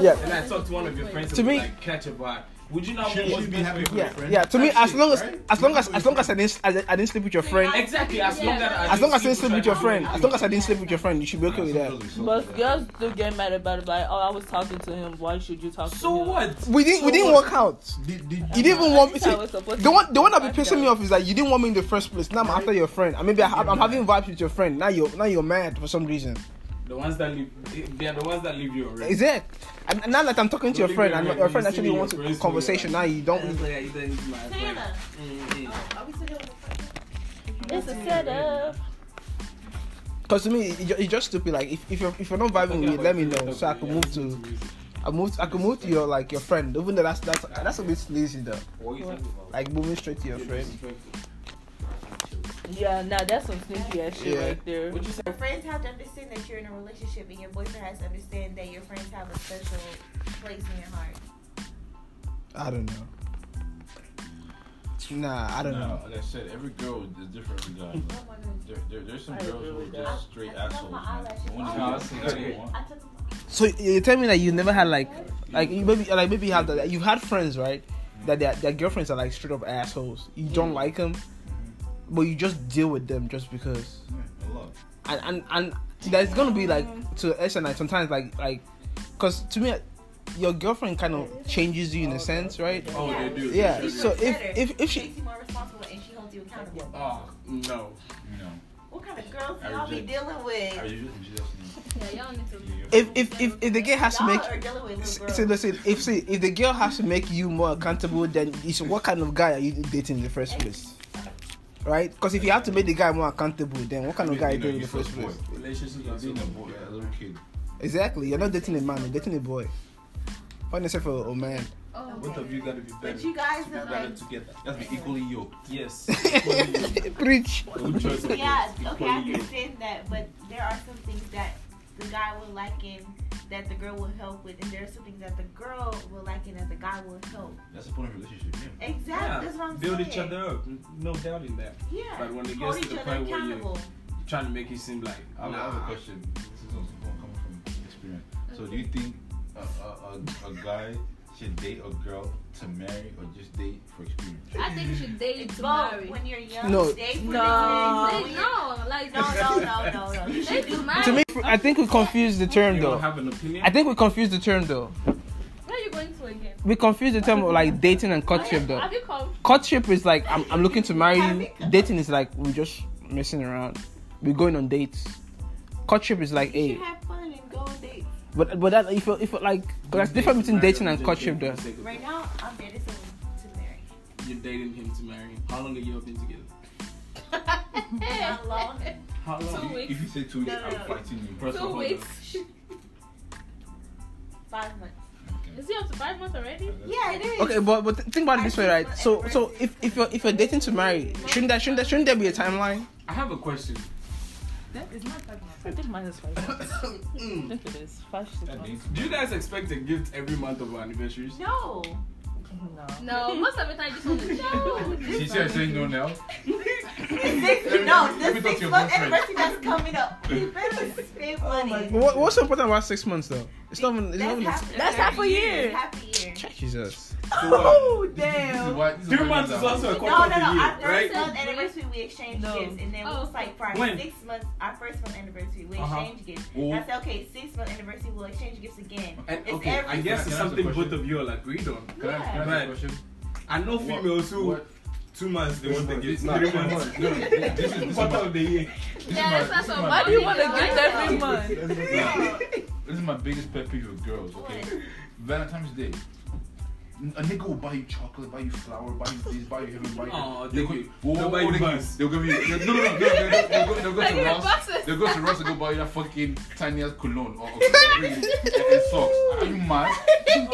[SPEAKER 1] Yeah.
[SPEAKER 3] And I talked to one of your friends.
[SPEAKER 1] To
[SPEAKER 3] To
[SPEAKER 1] me-
[SPEAKER 3] me, like catch a vibe. Would you not
[SPEAKER 6] Should
[SPEAKER 3] want
[SPEAKER 6] you be happy with your
[SPEAKER 1] yeah,
[SPEAKER 6] friend?
[SPEAKER 1] yeah. To me,
[SPEAKER 3] That
[SPEAKER 1] as
[SPEAKER 3] shit,
[SPEAKER 1] long as
[SPEAKER 6] right?
[SPEAKER 1] as long as as long as I didn't I, I didn't sleep with your friend,
[SPEAKER 3] Exactly. As long as I
[SPEAKER 1] as long as I didn't sleep
[SPEAKER 3] sleep
[SPEAKER 1] with your friend, as long as I didn't sleep with your friend, you should be okay with that.
[SPEAKER 4] But girls do get mad about it. Like, oh, I was talking to him. Why should you talk to
[SPEAKER 3] So
[SPEAKER 4] him?
[SPEAKER 3] what?
[SPEAKER 1] We didn't we didn't work out.
[SPEAKER 6] Did, did
[SPEAKER 1] You didn't even
[SPEAKER 4] I
[SPEAKER 1] want me.
[SPEAKER 4] think
[SPEAKER 1] See,
[SPEAKER 4] I was supposed
[SPEAKER 1] the
[SPEAKER 4] to-
[SPEAKER 1] one the one that be pissing me off is that you didn't want me in the first place. Now I'm after your friend, and maybe I have, I'm having vibes with your friend. Now you're now you're mad for some reason.
[SPEAKER 3] The ones that leave, they are the ones that leave you already.
[SPEAKER 1] Is it? And now that I'm talking to your
[SPEAKER 3] Don't
[SPEAKER 1] friend,
[SPEAKER 3] leave
[SPEAKER 1] and
[SPEAKER 3] me
[SPEAKER 1] your
[SPEAKER 3] alone.
[SPEAKER 1] friend
[SPEAKER 3] You see
[SPEAKER 1] actually
[SPEAKER 3] me,
[SPEAKER 1] wants
[SPEAKER 3] your
[SPEAKER 1] a
[SPEAKER 3] friends
[SPEAKER 1] conversation,
[SPEAKER 3] will
[SPEAKER 1] now you don't.
[SPEAKER 3] Tana.
[SPEAKER 2] Tana.
[SPEAKER 3] Mm-hmm.
[SPEAKER 2] Oh, are we still doing
[SPEAKER 4] It's a setup.
[SPEAKER 1] Cause to me, it- it's just stupid. Like if, if you're if you're not vibing with me, let me know so I can move to I move I can move to your like your friend. Even though that's that's that's a bit sleazy though. Like moving straight to your friend.
[SPEAKER 4] Yeah, nah, that's some sneaky ass shit
[SPEAKER 1] Yeah.
[SPEAKER 4] right there.
[SPEAKER 3] What you say?
[SPEAKER 2] Your friends have to understand that you're in a relationship, and your boyfriend has to understand that your friends have a special place in your heart.
[SPEAKER 1] I don't know. Nah, I don't
[SPEAKER 6] No,
[SPEAKER 1] know.
[SPEAKER 6] like I said, every girl is different every
[SPEAKER 2] Oh
[SPEAKER 6] guy.
[SPEAKER 2] my goodness.
[SPEAKER 6] There, there, there's some
[SPEAKER 4] I
[SPEAKER 6] girls who
[SPEAKER 4] agree
[SPEAKER 6] are
[SPEAKER 4] with
[SPEAKER 6] just straight assholes. Man. The ones
[SPEAKER 3] No, I
[SPEAKER 6] that
[SPEAKER 3] see
[SPEAKER 6] that
[SPEAKER 3] that.
[SPEAKER 6] they want.
[SPEAKER 2] I took them off.
[SPEAKER 1] So you tell me that you never had like like you maybe like maybe you have that you've had friends right that their, their girlfriends are like straight up assholes. You don't like them, but you just deal with them just because.
[SPEAKER 6] Yeah, a lot.
[SPEAKER 1] and and, and there's gonna be like to S and I sometimes like like because to me your girlfriend kind of changes you in a sense right
[SPEAKER 3] Oh, they do. they
[SPEAKER 1] yeah
[SPEAKER 3] sure
[SPEAKER 1] so
[SPEAKER 3] do.
[SPEAKER 1] if if, if she
[SPEAKER 2] makes you more responsible, and she holds you accountable.
[SPEAKER 3] Oh no.
[SPEAKER 6] You know.
[SPEAKER 2] What kind of girls
[SPEAKER 6] I
[SPEAKER 2] y'all be
[SPEAKER 6] reject-
[SPEAKER 2] dealing with?
[SPEAKER 6] Are you just, you just
[SPEAKER 7] Yeah, y'all need to.
[SPEAKER 1] If if if, if the girl has to
[SPEAKER 2] Y'all
[SPEAKER 1] make
[SPEAKER 2] are dealing with little
[SPEAKER 1] see,
[SPEAKER 2] girls.
[SPEAKER 1] listen, if see, if the girl has to make you more accountable, then you should, what kind of guy are you dating in the first place? Right? Because if you have to make the guy more accountable, then what kind of guy are you dating in the first place?
[SPEAKER 3] Relationships are
[SPEAKER 6] You're
[SPEAKER 3] being
[SPEAKER 6] dating a boy, a little kid.
[SPEAKER 1] Exactly. You're not dating a man. You're dating a boy. Not necessarily for a man.
[SPEAKER 7] Oh,
[SPEAKER 3] Both of you gotta be better.
[SPEAKER 2] But you guys
[SPEAKER 3] to be
[SPEAKER 2] are
[SPEAKER 3] better
[SPEAKER 2] like,
[SPEAKER 3] together.
[SPEAKER 6] You have to be equally yoked.
[SPEAKER 3] Yes.
[SPEAKER 1] Preach.
[SPEAKER 3] Good choice of
[SPEAKER 2] yeah,
[SPEAKER 3] words.
[SPEAKER 2] okay, I
[SPEAKER 3] Equally yoked.
[SPEAKER 2] understand that, but there are some things that the guy will like in that the girl will help with, and there are some things that the girl will like in that the guy will help.
[SPEAKER 6] That's the point of relationship. Yeah.
[SPEAKER 2] Exactly,
[SPEAKER 3] Yeah,
[SPEAKER 2] that's what I'm
[SPEAKER 3] build
[SPEAKER 2] saying.
[SPEAKER 3] each other up. No doubt in that.
[SPEAKER 2] Yeah,
[SPEAKER 3] But when it
[SPEAKER 2] hold
[SPEAKER 3] gets to
[SPEAKER 2] each
[SPEAKER 3] the
[SPEAKER 2] other
[SPEAKER 3] point where you-
[SPEAKER 2] accountable.
[SPEAKER 3] Trying to make you seem like
[SPEAKER 6] I have, I have a
[SPEAKER 3] nah.
[SPEAKER 6] question. This is also from- coming from experience. So, do you think a, a, a, a guy should date a girl to marry or just date for experience?
[SPEAKER 7] I think you should date
[SPEAKER 2] It's
[SPEAKER 7] to
[SPEAKER 2] both.
[SPEAKER 7] marry.
[SPEAKER 2] When you're young,
[SPEAKER 1] No.
[SPEAKER 2] stay for
[SPEAKER 4] No.
[SPEAKER 2] the
[SPEAKER 7] Date-
[SPEAKER 2] experience.
[SPEAKER 7] no, like
[SPEAKER 2] No, no, no, no, no. You
[SPEAKER 7] Date
[SPEAKER 2] should
[SPEAKER 7] to
[SPEAKER 2] do
[SPEAKER 7] marry.
[SPEAKER 1] To me, I think we confused the term
[SPEAKER 3] You don't
[SPEAKER 1] though.
[SPEAKER 3] have an opinion.
[SPEAKER 1] I think we confused the term though.
[SPEAKER 7] Where are you going to again?
[SPEAKER 1] We confused the term of like dating and courtship
[SPEAKER 7] Have you-
[SPEAKER 1] though.
[SPEAKER 7] Have you come?
[SPEAKER 1] Courtship is like I'm, I'm looking to marry you. Dating is like we're just messing around. We're going on dates. Courtship is like
[SPEAKER 2] You
[SPEAKER 1] hey,
[SPEAKER 2] should have fun and go on dates.
[SPEAKER 1] but but that if you- if you like 'cause that's different between dating and courtship though.
[SPEAKER 2] Right now, I'm dating someone to marry.
[SPEAKER 3] You're dating him to marry him. How long have you all been together?
[SPEAKER 2] Not long.
[SPEAKER 3] How long?
[SPEAKER 7] Two
[SPEAKER 6] If
[SPEAKER 7] weeks.
[SPEAKER 6] you say two weeks,
[SPEAKER 2] No, no,
[SPEAKER 6] I'm
[SPEAKER 2] no.
[SPEAKER 6] fighting you.
[SPEAKER 3] First of
[SPEAKER 7] Two
[SPEAKER 3] all,
[SPEAKER 7] weeks.
[SPEAKER 2] Five months.
[SPEAKER 7] Is he up to five months already?
[SPEAKER 2] Yeah, it is.
[SPEAKER 1] Okay, but but think about it this way, right? So so if if you're if you're dating to marry, shouldn't that shouldn't that shouldn't there be a timeline?
[SPEAKER 3] I have a question.
[SPEAKER 4] That is not five months. I think mine is five months. I think it is five six
[SPEAKER 6] That
[SPEAKER 4] months.
[SPEAKER 6] dates.
[SPEAKER 3] Do you guys expect a gift every month of our anniversaries?
[SPEAKER 2] No.
[SPEAKER 4] No.
[SPEAKER 7] No, most of the time I just want to chill.
[SPEAKER 6] She said saying no now.
[SPEAKER 2] Six, no,
[SPEAKER 6] Let me
[SPEAKER 2] this
[SPEAKER 6] talk to
[SPEAKER 2] six
[SPEAKER 6] your
[SPEAKER 2] month
[SPEAKER 6] boyfriend.
[SPEAKER 2] anniversary that's coming up. You better spend
[SPEAKER 4] Oh
[SPEAKER 2] money.
[SPEAKER 1] What, what's so important about six months though? It's not even it's not even.
[SPEAKER 2] half,
[SPEAKER 4] That's half a year.
[SPEAKER 2] Half a year.
[SPEAKER 1] Jesus.
[SPEAKER 2] Oh,
[SPEAKER 6] This is
[SPEAKER 2] damn.
[SPEAKER 6] why, this
[SPEAKER 3] Three
[SPEAKER 6] why
[SPEAKER 3] months
[SPEAKER 6] you
[SPEAKER 3] is
[SPEAKER 6] know.
[SPEAKER 3] also a quarter
[SPEAKER 2] No, no, no.
[SPEAKER 3] of a year,
[SPEAKER 2] Our first
[SPEAKER 3] right?
[SPEAKER 2] month anniversary, we exchanged
[SPEAKER 4] No.
[SPEAKER 2] gifts, and then we
[SPEAKER 7] Oh.
[SPEAKER 2] was like, for our
[SPEAKER 3] When?
[SPEAKER 2] six months, our first month anniversary, we
[SPEAKER 3] Uh-huh.
[SPEAKER 2] exchanged gifts.
[SPEAKER 6] Oh.
[SPEAKER 2] I said, okay, six month anniversary, we'll exchange gifts again.
[SPEAKER 3] And
[SPEAKER 2] It's
[SPEAKER 3] okay, I
[SPEAKER 2] every-
[SPEAKER 3] guess it's
[SPEAKER 6] Can I ask a
[SPEAKER 3] something
[SPEAKER 6] question?
[SPEAKER 3] both of you all agreed on.
[SPEAKER 6] Can I, can I ask you a question?
[SPEAKER 3] I know
[SPEAKER 6] What-
[SPEAKER 3] females who
[SPEAKER 6] what-
[SPEAKER 3] two months they
[SPEAKER 6] This
[SPEAKER 3] want the
[SPEAKER 6] month,
[SPEAKER 3] gift,
[SPEAKER 6] this
[SPEAKER 3] three
[SPEAKER 6] month,
[SPEAKER 3] months,
[SPEAKER 6] no, this- this is- this is
[SPEAKER 3] quarter
[SPEAKER 6] my-
[SPEAKER 3] of the year.
[SPEAKER 6] This is my-
[SPEAKER 7] Yeah,
[SPEAKER 6] this
[SPEAKER 7] that's
[SPEAKER 6] is
[SPEAKER 7] what.
[SPEAKER 6] my-
[SPEAKER 4] Why do you want to gift every month?
[SPEAKER 6] This is my- this is my biggest pet peeve with girls, okay?
[SPEAKER 2] What?
[SPEAKER 6] Valentine's Day. A nigga will buy you chocolate, buy you flower, buy you this, buy you heaven, buy you.
[SPEAKER 3] Aw,
[SPEAKER 6] They'll
[SPEAKER 3] thank
[SPEAKER 6] go-
[SPEAKER 3] you.
[SPEAKER 6] Whoa,
[SPEAKER 3] They'll
[SPEAKER 6] whoa,
[SPEAKER 3] buy you
[SPEAKER 6] whoa, thank
[SPEAKER 3] buns.
[SPEAKER 6] They'll give you. No, no, no, no, no, no, They'll go, they'll go
[SPEAKER 7] Like
[SPEAKER 6] to
[SPEAKER 7] in
[SPEAKER 6] Ross.
[SPEAKER 7] boxes.
[SPEAKER 6] They'll go to Ross and go buy you that fucking tiny ass cologne or, or and, and socks. Are you mad?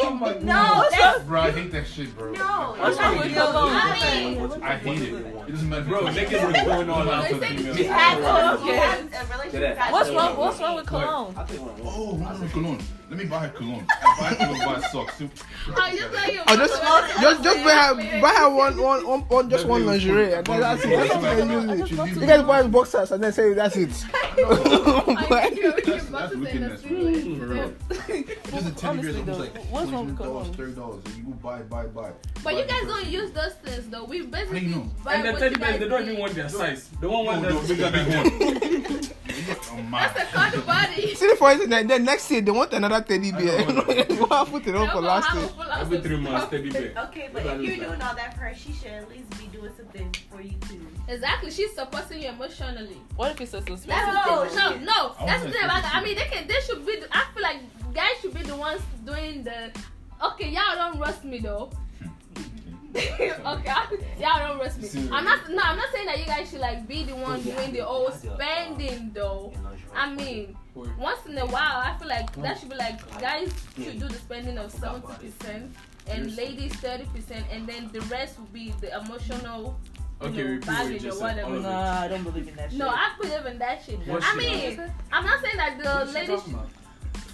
[SPEAKER 6] Oh my god.
[SPEAKER 2] No, that's
[SPEAKER 6] Bro, I hate that shit, bro.
[SPEAKER 2] no.
[SPEAKER 3] What's wrong with your
[SPEAKER 2] No.
[SPEAKER 7] I mean,
[SPEAKER 6] I hate it. It doesn't matter.
[SPEAKER 3] Bro, niggas are going all out
[SPEAKER 7] They
[SPEAKER 3] for
[SPEAKER 7] say
[SPEAKER 3] females.
[SPEAKER 7] you
[SPEAKER 2] That's what
[SPEAKER 4] Okay.
[SPEAKER 2] I'm- that's a relationship that's
[SPEAKER 4] What's
[SPEAKER 2] what
[SPEAKER 4] wrong?
[SPEAKER 2] it is.
[SPEAKER 4] What's wrong with cologne?
[SPEAKER 6] Oh, I want cologne. Let me buy her cologne. I buy her cologne, buy socks.
[SPEAKER 7] I just like you.
[SPEAKER 1] Oh, just just just buy her buy her one one one, one just one lingerie and then that's it. That's all they use it. You guys buy boxers and then say that's it.
[SPEAKER 7] I
[SPEAKER 1] But-
[SPEAKER 7] you
[SPEAKER 6] That's- that's wickedness, bro. Just a ten
[SPEAKER 4] Honestly,
[SPEAKER 6] years,
[SPEAKER 4] though,
[SPEAKER 6] almost like
[SPEAKER 4] what's wrong
[SPEAKER 6] twenty
[SPEAKER 4] with
[SPEAKER 6] dollars,
[SPEAKER 4] cologne?
[SPEAKER 6] thirty dollars. and You go buy, buy, buy.
[SPEAKER 7] But
[SPEAKER 6] Buy
[SPEAKER 7] you guys
[SPEAKER 6] the
[SPEAKER 7] don't
[SPEAKER 6] person.
[SPEAKER 7] use those things though. We basically
[SPEAKER 6] you know?
[SPEAKER 7] buy
[SPEAKER 3] And the
[SPEAKER 7] what
[SPEAKER 3] teddy
[SPEAKER 7] you
[SPEAKER 3] bears,
[SPEAKER 7] guys
[SPEAKER 3] they don't even
[SPEAKER 7] need.
[SPEAKER 3] want their size. The one one
[SPEAKER 6] No,
[SPEAKER 3] that's
[SPEAKER 6] no,
[SPEAKER 3] bigger than
[SPEAKER 6] no.
[SPEAKER 3] one.
[SPEAKER 6] Oh
[SPEAKER 7] That's
[SPEAKER 6] man.
[SPEAKER 7] a kind of body.
[SPEAKER 1] See the for instance, then- then next year they want another teddy bear.
[SPEAKER 6] I know.
[SPEAKER 1] Go and put it on for last year.
[SPEAKER 3] Every three months, teddy bear.
[SPEAKER 2] Okay, but if you're doing all that for her, she should at least be doing something for you too.
[SPEAKER 7] Exactly, she's supporting you emotionally.
[SPEAKER 4] What if it's a suspense?
[SPEAKER 7] That's no, no, no. That's
[SPEAKER 6] I
[SPEAKER 7] the
[SPEAKER 6] wanna
[SPEAKER 7] thing about
[SPEAKER 6] see
[SPEAKER 7] it. I mean, they can, they should be. The, I feel like guys should be the ones doing the. Okay, y'all don't rush me though. okay, I- y'all don't rush me. I'm not. No, I'm not saying that you guys should like be the one doing the old spending though. I mean, once in a while, I feel like that should be like guys should do the spending of seventy percent and ladies thirty percent, and then the rest will be the emotional.
[SPEAKER 3] Okay,
[SPEAKER 7] No,
[SPEAKER 3] we
[SPEAKER 7] value
[SPEAKER 3] prove
[SPEAKER 7] the
[SPEAKER 3] just all
[SPEAKER 7] whatever.
[SPEAKER 3] of it.
[SPEAKER 4] Nah, I don't believe in that shit.
[SPEAKER 7] No, I believe in that shit.
[SPEAKER 3] What shit?
[SPEAKER 7] I mean, I'm not saying that
[SPEAKER 3] What
[SPEAKER 7] the
[SPEAKER 3] is she
[SPEAKER 7] ladies.
[SPEAKER 3] talking about?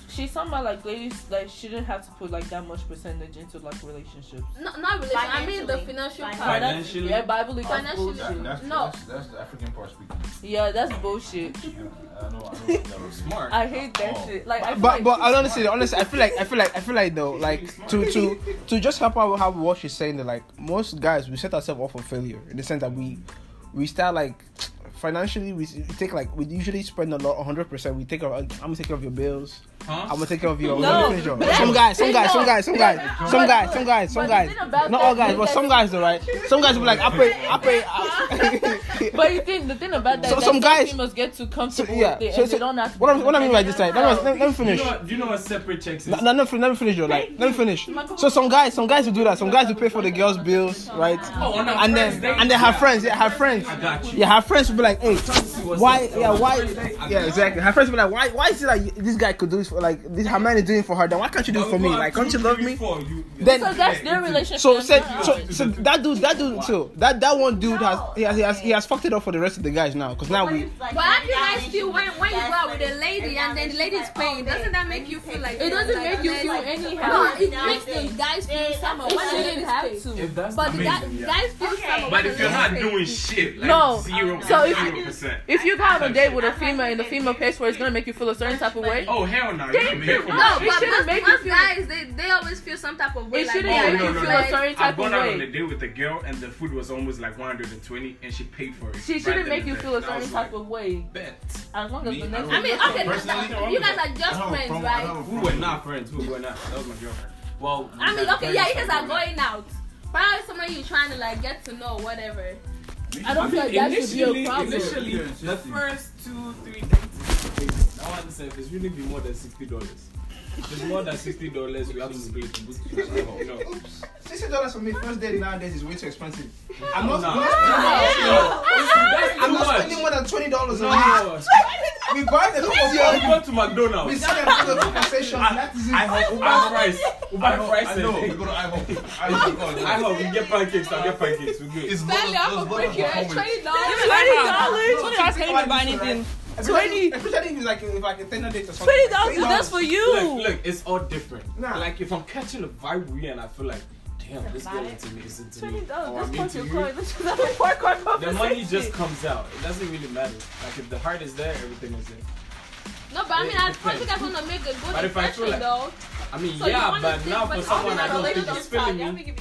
[SPEAKER 4] She's talking about like ladies like shouldn't have to put like that much percentage into like relationships.
[SPEAKER 7] No, not relation. I mean the
[SPEAKER 2] Financially.
[SPEAKER 7] financial
[SPEAKER 4] Oh,
[SPEAKER 7] part.
[SPEAKER 4] that's-
[SPEAKER 3] Financially?
[SPEAKER 4] yeah, Bible league that's
[SPEAKER 7] Financially.
[SPEAKER 4] bullshit.
[SPEAKER 6] That's,
[SPEAKER 7] No.
[SPEAKER 6] that's, that's the African part speaking.
[SPEAKER 4] Yeah, that's bullshit.
[SPEAKER 6] I know, I know what that was.
[SPEAKER 3] Smart.
[SPEAKER 4] I hate that shit. Like, I feel
[SPEAKER 1] Oh. But
[SPEAKER 4] like
[SPEAKER 1] but honestly, honestly, I feel like I feel like I feel like though, like to to to just help out with how what she's saying that like most guys we set ourselves up for failure in the sense that we we start like. financially, we s- we take like we usually spend a lot, 100. percent We take of I'm gonna take care of your bills.
[SPEAKER 3] Huh?
[SPEAKER 1] I'm gonna take care of your.
[SPEAKER 7] No,
[SPEAKER 1] Let me finish up.
[SPEAKER 7] but
[SPEAKER 1] some guys, some guys, some guys, some guys, some guys, some guys, some
[SPEAKER 7] But
[SPEAKER 1] guys.
[SPEAKER 7] the thing about
[SPEAKER 1] Not all
[SPEAKER 7] that
[SPEAKER 1] guys,
[SPEAKER 7] is
[SPEAKER 1] but
[SPEAKER 7] that-
[SPEAKER 1] some guys, though, right? Some guys will be like, I pay, I pay. I-
[SPEAKER 4] But you think the thing about that
[SPEAKER 1] So
[SPEAKER 4] is that
[SPEAKER 1] some guys-
[SPEAKER 4] females get too
[SPEAKER 1] So,
[SPEAKER 4] comfortable
[SPEAKER 1] yeah.
[SPEAKER 4] with it
[SPEAKER 1] So,
[SPEAKER 4] and
[SPEAKER 1] so-
[SPEAKER 4] they don't have to
[SPEAKER 1] what, I, what I mean by
[SPEAKER 4] do
[SPEAKER 1] this, like, let me, let me- let me
[SPEAKER 3] Do you
[SPEAKER 1] finish.
[SPEAKER 3] know, do you know what separate checks is?
[SPEAKER 1] No, no, no, fin- let me finish, yo. Like, let me finish. So some guys, some guys will do that. Some guys will pay for the girls' bills, right?
[SPEAKER 3] Oh, on a
[SPEAKER 1] And then,
[SPEAKER 3] first date,
[SPEAKER 1] and then her friends, yeah, her friends,
[SPEAKER 3] I got you.
[SPEAKER 1] yeah, her friends will be like, hey,
[SPEAKER 3] What's
[SPEAKER 1] why,
[SPEAKER 3] up?
[SPEAKER 1] yeah, why,
[SPEAKER 3] I
[SPEAKER 1] yeah,
[SPEAKER 3] got
[SPEAKER 1] exactly. Her friends will be like, why, why is it like this guy could do this for like this? Her man is doing it for her, then why can't you do it for me? Like, can't you love me?
[SPEAKER 3] Four, you,
[SPEAKER 1] Then
[SPEAKER 4] So that's their relationship.
[SPEAKER 1] so
[SPEAKER 4] that's
[SPEAKER 1] said
[SPEAKER 4] not ours.
[SPEAKER 1] so so that dude that dude too that that one dude has he has he has, he has fucked it up for the rest of the guys now because now we
[SPEAKER 2] Like,
[SPEAKER 9] But I feel
[SPEAKER 2] every
[SPEAKER 9] like still when when you go out with a lady and then the
[SPEAKER 2] oh,
[SPEAKER 9] lady's paying, doesn't that make you feel like
[SPEAKER 7] It doesn't make you feel
[SPEAKER 9] like-
[SPEAKER 7] anyhow.
[SPEAKER 9] No,
[SPEAKER 2] Now
[SPEAKER 9] it
[SPEAKER 2] it's
[SPEAKER 9] makes the
[SPEAKER 2] big.
[SPEAKER 9] guys feel
[SPEAKER 2] Big.
[SPEAKER 9] somehow.
[SPEAKER 2] It
[SPEAKER 9] when the
[SPEAKER 4] They
[SPEAKER 9] lady
[SPEAKER 4] didn't
[SPEAKER 9] is
[SPEAKER 4] have
[SPEAKER 9] paid.
[SPEAKER 4] to.
[SPEAKER 3] If that's
[SPEAKER 9] But
[SPEAKER 3] the
[SPEAKER 9] the guy,
[SPEAKER 3] reason, yeah.
[SPEAKER 9] guys feel
[SPEAKER 2] Okay.
[SPEAKER 9] somehow.
[SPEAKER 2] But
[SPEAKER 9] when
[SPEAKER 2] if
[SPEAKER 9] the
[SPEAKER 2] you're
[SPEAKER 9] lady's paid.
[SPEAKER 3] shit,
[SPEAKER 4] No.
[SPEAKER 3] zero
[SPEAKER 4] So if-
[SPEAKER 3] percent.
[SPEAKER 4] If you go on a date with a female and the female pays for it, it's gonna make you feel a certain type of way.
[SPEAKER 3] Oh hell no! You can pay for
[SPEAKER 9] No,
[SPEAKER 3] my
[SPEAKER 9] but
[SPEAKER 4] It
[SPEAKER 3] shit.
[SPEAKER 4] shouldn't
[SPEAKER 9] most,
[SPEAKER 4] make you
[SPEAKER 9] most
[SPEAKER 4] feel-
[SPEAKER 9] guys, they, they always feel some type of way.
[SPEAKER 4] It
[SPEAKER 9] like,
[SPEAKER 4] shouldn't
[SPEAKER 9] that.
[SPEAKER 4] make
[SPEAKER 3] no,
[SPEAKER 4] you
[SPEAKER 3] no,
[SPEAKER 4] feel
[SPEAKER 3] no.
[SPEAKER 4] a certain
[SPEAKER 3] I've
[SPEAKER 4] type
[SPEAKER 3] gone
[SPEAKER 4] of
[SPEAKER 3] out on a
[SPEAKER 4] way.
[SPEAKER 3] date with a girl and the food was almost like 120 and she paid for it.
[SPEAKER 4] She
[SPEAKER 3] right
[SPEAKER 4] shouldn't
[SPEAKER 3] then
[SPEAKER 4] make
[SPEAKER 3] and
[SPEAKER 4] you
[SPEAKER 3] there.
[SPEAKER 4] feel a
[SPEAKER 3] And I
[SPEAKER 4] certain
[SPEAKER 3] was like,
[SPEAKER 4] type of way.
[SPEAKER 3] Bet.
[SPEAKER 4] As long as
[SPEAKER 6] Me,
[SPEAKER 4] the
[SPEAKER 6] I
[SPEAKER 4] next
[SPEAKER 6] don't-
[SPEAKER 9] I mean, okay,
[SPEAKER 6] Personally,
[SPEAKER 9] you guys are
[SPEAKER 6] I
[SPEAKER 9] just
[SPEAKER 6] have a
[SPEAKER 9] friends,
[SPEAKER 6] problem- I have a
[SPEAKER 3] We
[SPEAKER 9] right?
[SPEAKER 6] problem
[SPEAKER 3] were
[SPEAKER 6] with
[SPEAKER 3] not friends. We were not. That was my girlfriend. Well, we
[SPEAKER 7] I mean,
[SPEAKER 3] got
[SPEAKER 7] okay,
[SPEAKER 3] very
[SPEAKER 9] yeah,
[SPEAKER 7] yeah, you
[SPEAKER 3] close
[SPEAKER 7] guys are
[SPEAKER 3] with her.
[SPEAKER 7] going out. Probably somebody you're trying to like get to know, whatever.
[SPEAKER 4] I don't feel like that should be a
[SPEAKER 3] Initially,
[SPEAKER 4] problem.
[SPEAKER 3] initially,
[SPEAKER 6] Yeah,
[SPEAKER 3] the
[SPEAKER 6] seriously.
[SPEAKER 3] first two, three dates, I want to say if it's really be more than sixty dollars. If it's more than sixty dollars, we have to split. You know.
[SPEAKER 1] sixty dollars for me first date nowadays is way too expensive. I'm
[SPEAKER 3] No, no, that's
[SPEAKER 1] I'm
[SPEAKER 3] too
[SPEAKER 1] not
[SPEAKER 3] much.
[SPEAKER 1] spending more than twenty dollars on this.
[SPEAKER 3] No,
[SPEAKER 1] We buy the
[SPEAKER 3] I
[SPEAKER 1] coffee.
[SPEAKER 3] go to McDonald's.
[SPEAKER 1] We sell them for the conversation. That is
[SPEAKER 3] I
[SPEAKER 1] it.
[SPEAKER 3] hope Uber fries.
[SPEAKER 6] I
[SPEAKER 3] Uber
[SPEAKER 6] know,
[SPEAKER 3] fries.
[SPEAKER 6] I
[SPEAKER 3] and-
[SPEAKER 6] know. We go to IHOP. I hope.
[SPEAKER 3] I hope we get pancakes. I get pancakes. We good.
[SPEAKER 6] It's not
[SPEAKER 7] break your ass, $20.
[SPEAKER 6] performance.
[SPEAKER 4] Twenty dollars. Twenty dollars
[SPEAKER 1] Think
[SPEAKER 4] can't
[SPEAKER 1] about
[SPEAKER 4] even buy
[SPEAKER 1] this, right?
[SPEAKER 4] anything.
[SPEAKER 1] Especially especially if it's like if like a ten date or something.
[SPEAKER 4] Twenty dollars is just for you.
[SPEAKER 3] Look, look, it's all different.
[SPEAKER 1] Nah.
[SPEAKER 3] Like if I'm catching a vibe with you and I feel like, damn, this girl into me is into me.
[SPEAKER 4] Twenty
[SPEAKER 3] or
[SPEAKER 4] dollars.
[SPEAKER 3] Oh, I'm
[SPEAKER 4] That's
[SPEAKER 3] into
[SPEAKER 4] your
[SPEAKER 3] you.
[SPEAKER 4] coin. That's just a four coin
[SPEAKER 3] The money just comes out. It doesn't really matter. Like if the heart is there, everything is there.
[SPEAKER 7] No, but I mean,
[SPEAKER 3] It
[SPEAKER 7] I
[SPEAKER 3] depends.
[SPEAKER 7] don't think I'm gonna make a good
[SPEAKER 3] But if I feel
[SPEAKER 7] impression,
[SPEAKER 3] like-
[SPEAKER 7] though.
[SPEAKER 3] I mean,
[SPEAKER 7] So you
[SPEAKER 3] yeah,
[SPEAKER 7] wanna
[SPEAKER 3] but
[SPEAKER 7] stick
[SPEAKER 3] now
[SPEAKER 7] with
[SPEAKER 3] for
[SPEAKER 7] all
[SPEAKER 3] someone
[SPEAKER 7] the
[SPEAKER 3] I don't think is
[SPEAKER 7] relationships out there.
[SPEAKER 3] feeling me,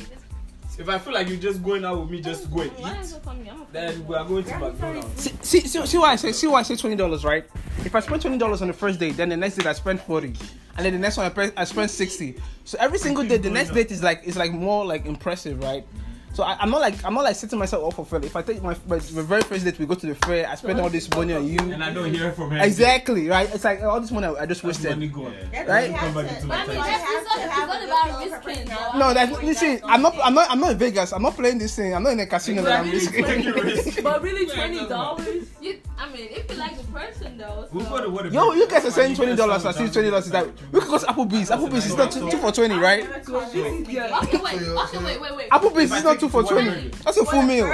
[SPEAKER 3] if I feel like you're just going out with me just to go and eat, then we are going to McDonald's.
[SPEAKER 1] See, see, see, see why I say see why I say twenty dollars, right? If I spend twenty dollars on the first date, then the next date I spend forty, and then the next one I, pre- I spend sixty. So every single day, the next date is like is like more like impressive, right? So I, I'm not like I'm not like setting myself up for failure. If I take my, my, my very first date, we go to the fair, I spend all this money on you.
[SPEAKER 3] And I don't hear from her.
[SPEAKER 1] Exactly, right? It's like all this money I, I just
[SPEAKER 3] That's money
[SPEAKER 1] wasted.
[SPEAKER 3] gone.
[SPEAKER 1] Right?
[SPEAKER 7] I mean, that's just it's not about risking, though.
[SPEAKER 1] No, that's listen. I'm not. I'm not. I'm not in Vegas. I'm not playing this thing. I'm not in a casino. that I'm
[SPEAKER 4] Exactly.
[SPEAKER 1] risking.
[SPEAKER 3] Take your risk.
[SPEAKER 4] But really,
[SPEAKER 3] Yeah,
[SPEAKER 4] twenty
[SPEAKER 3] it doesn't
[SPEAKER 4] dollars.
[SPEAKER 7] You, I mean, if you like the person, though.
[SPEAKER 3] Who bought the
[SPEAKER 7] So.
[SPEAKER 3] water?
[SPEAKER 1] Yo,
[SPEAKER 3] bill?
[SPEAKER 1] you guys are saying
[SPEAKER 3] You
[SPEAKER 1] twenty dollars. I
[SPEAKER 3] guys
[SPEAKER 1] see twenty dollars is that. We could go to Applebee's. Applebee's is not two, two for twenty, right?
[SPEAKER 7] Okay, wait, okay, wait, wait, wait.
[SPEAKER 1] Applebee's is not two for twenty. That's a full meal.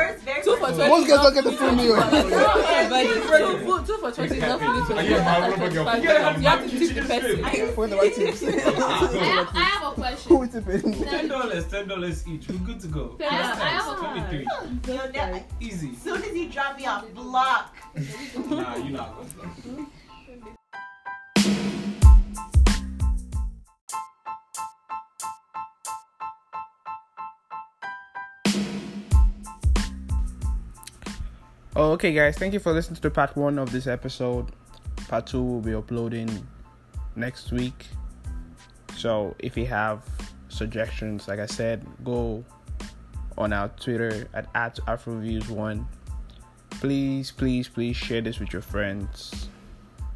[SPEAKER 4] Two for twenty.
[SPEAKER 1] Most guys don't get the
[SPEAKER 4] is
[SPEAKER 1] full
[SPEAKER 4] not-
[SPEAKER 1] meal.
[SPEAKER 4] Yeah, but two, fu- two for twenty is not for
[SPEAKER 3] Yeah,
[SPEAKER 4] me.
[SPEAKER 3] yeah,
[SPEAKER 6] I
[SPEAKER 4] You
[SPEAKER 6] remember
[SPEAKER 3] girl.
[SPEAKER 4] have to- you have to
[SPEAKER 3] Yeah,
[SPEAKER 4] tip the
[SPEAKER 3] yeah,
[SPEAKER 4] person.
[SPEAKER 3] yeah.
[SPEAKER 1] We're the right teams.
[SPEAKER 7] I have, I have a question.
[SPEAKER 1] Who is it? paying?
[SPEAKER 3] Ah, Ten dollars, ten dollars each. We're good to go.
[SPEAKER 7] I have, I have a
[SPEAKER 3] Twenty-three,
[SPEAKER 2] As
[SPEAKER 3] easy.
[SPEAKER 2] soon as you drop me off, block.
[SPEAKER 3] Nah, you're not going to.
[SPEAKER 10] Oh, okay, guys. Thank you for listening to the part one of this episode. Part two will be uploading next week. So if you have suggestions, like I said, go on our Twitter at, at AfroViews1. Please, please, please share this with your friends.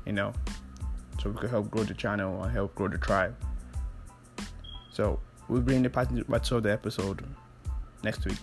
[SPEAKER 10] You know, so we can help grow the channel and help grow the tribe. So we'll bring the part part two of the episode next week.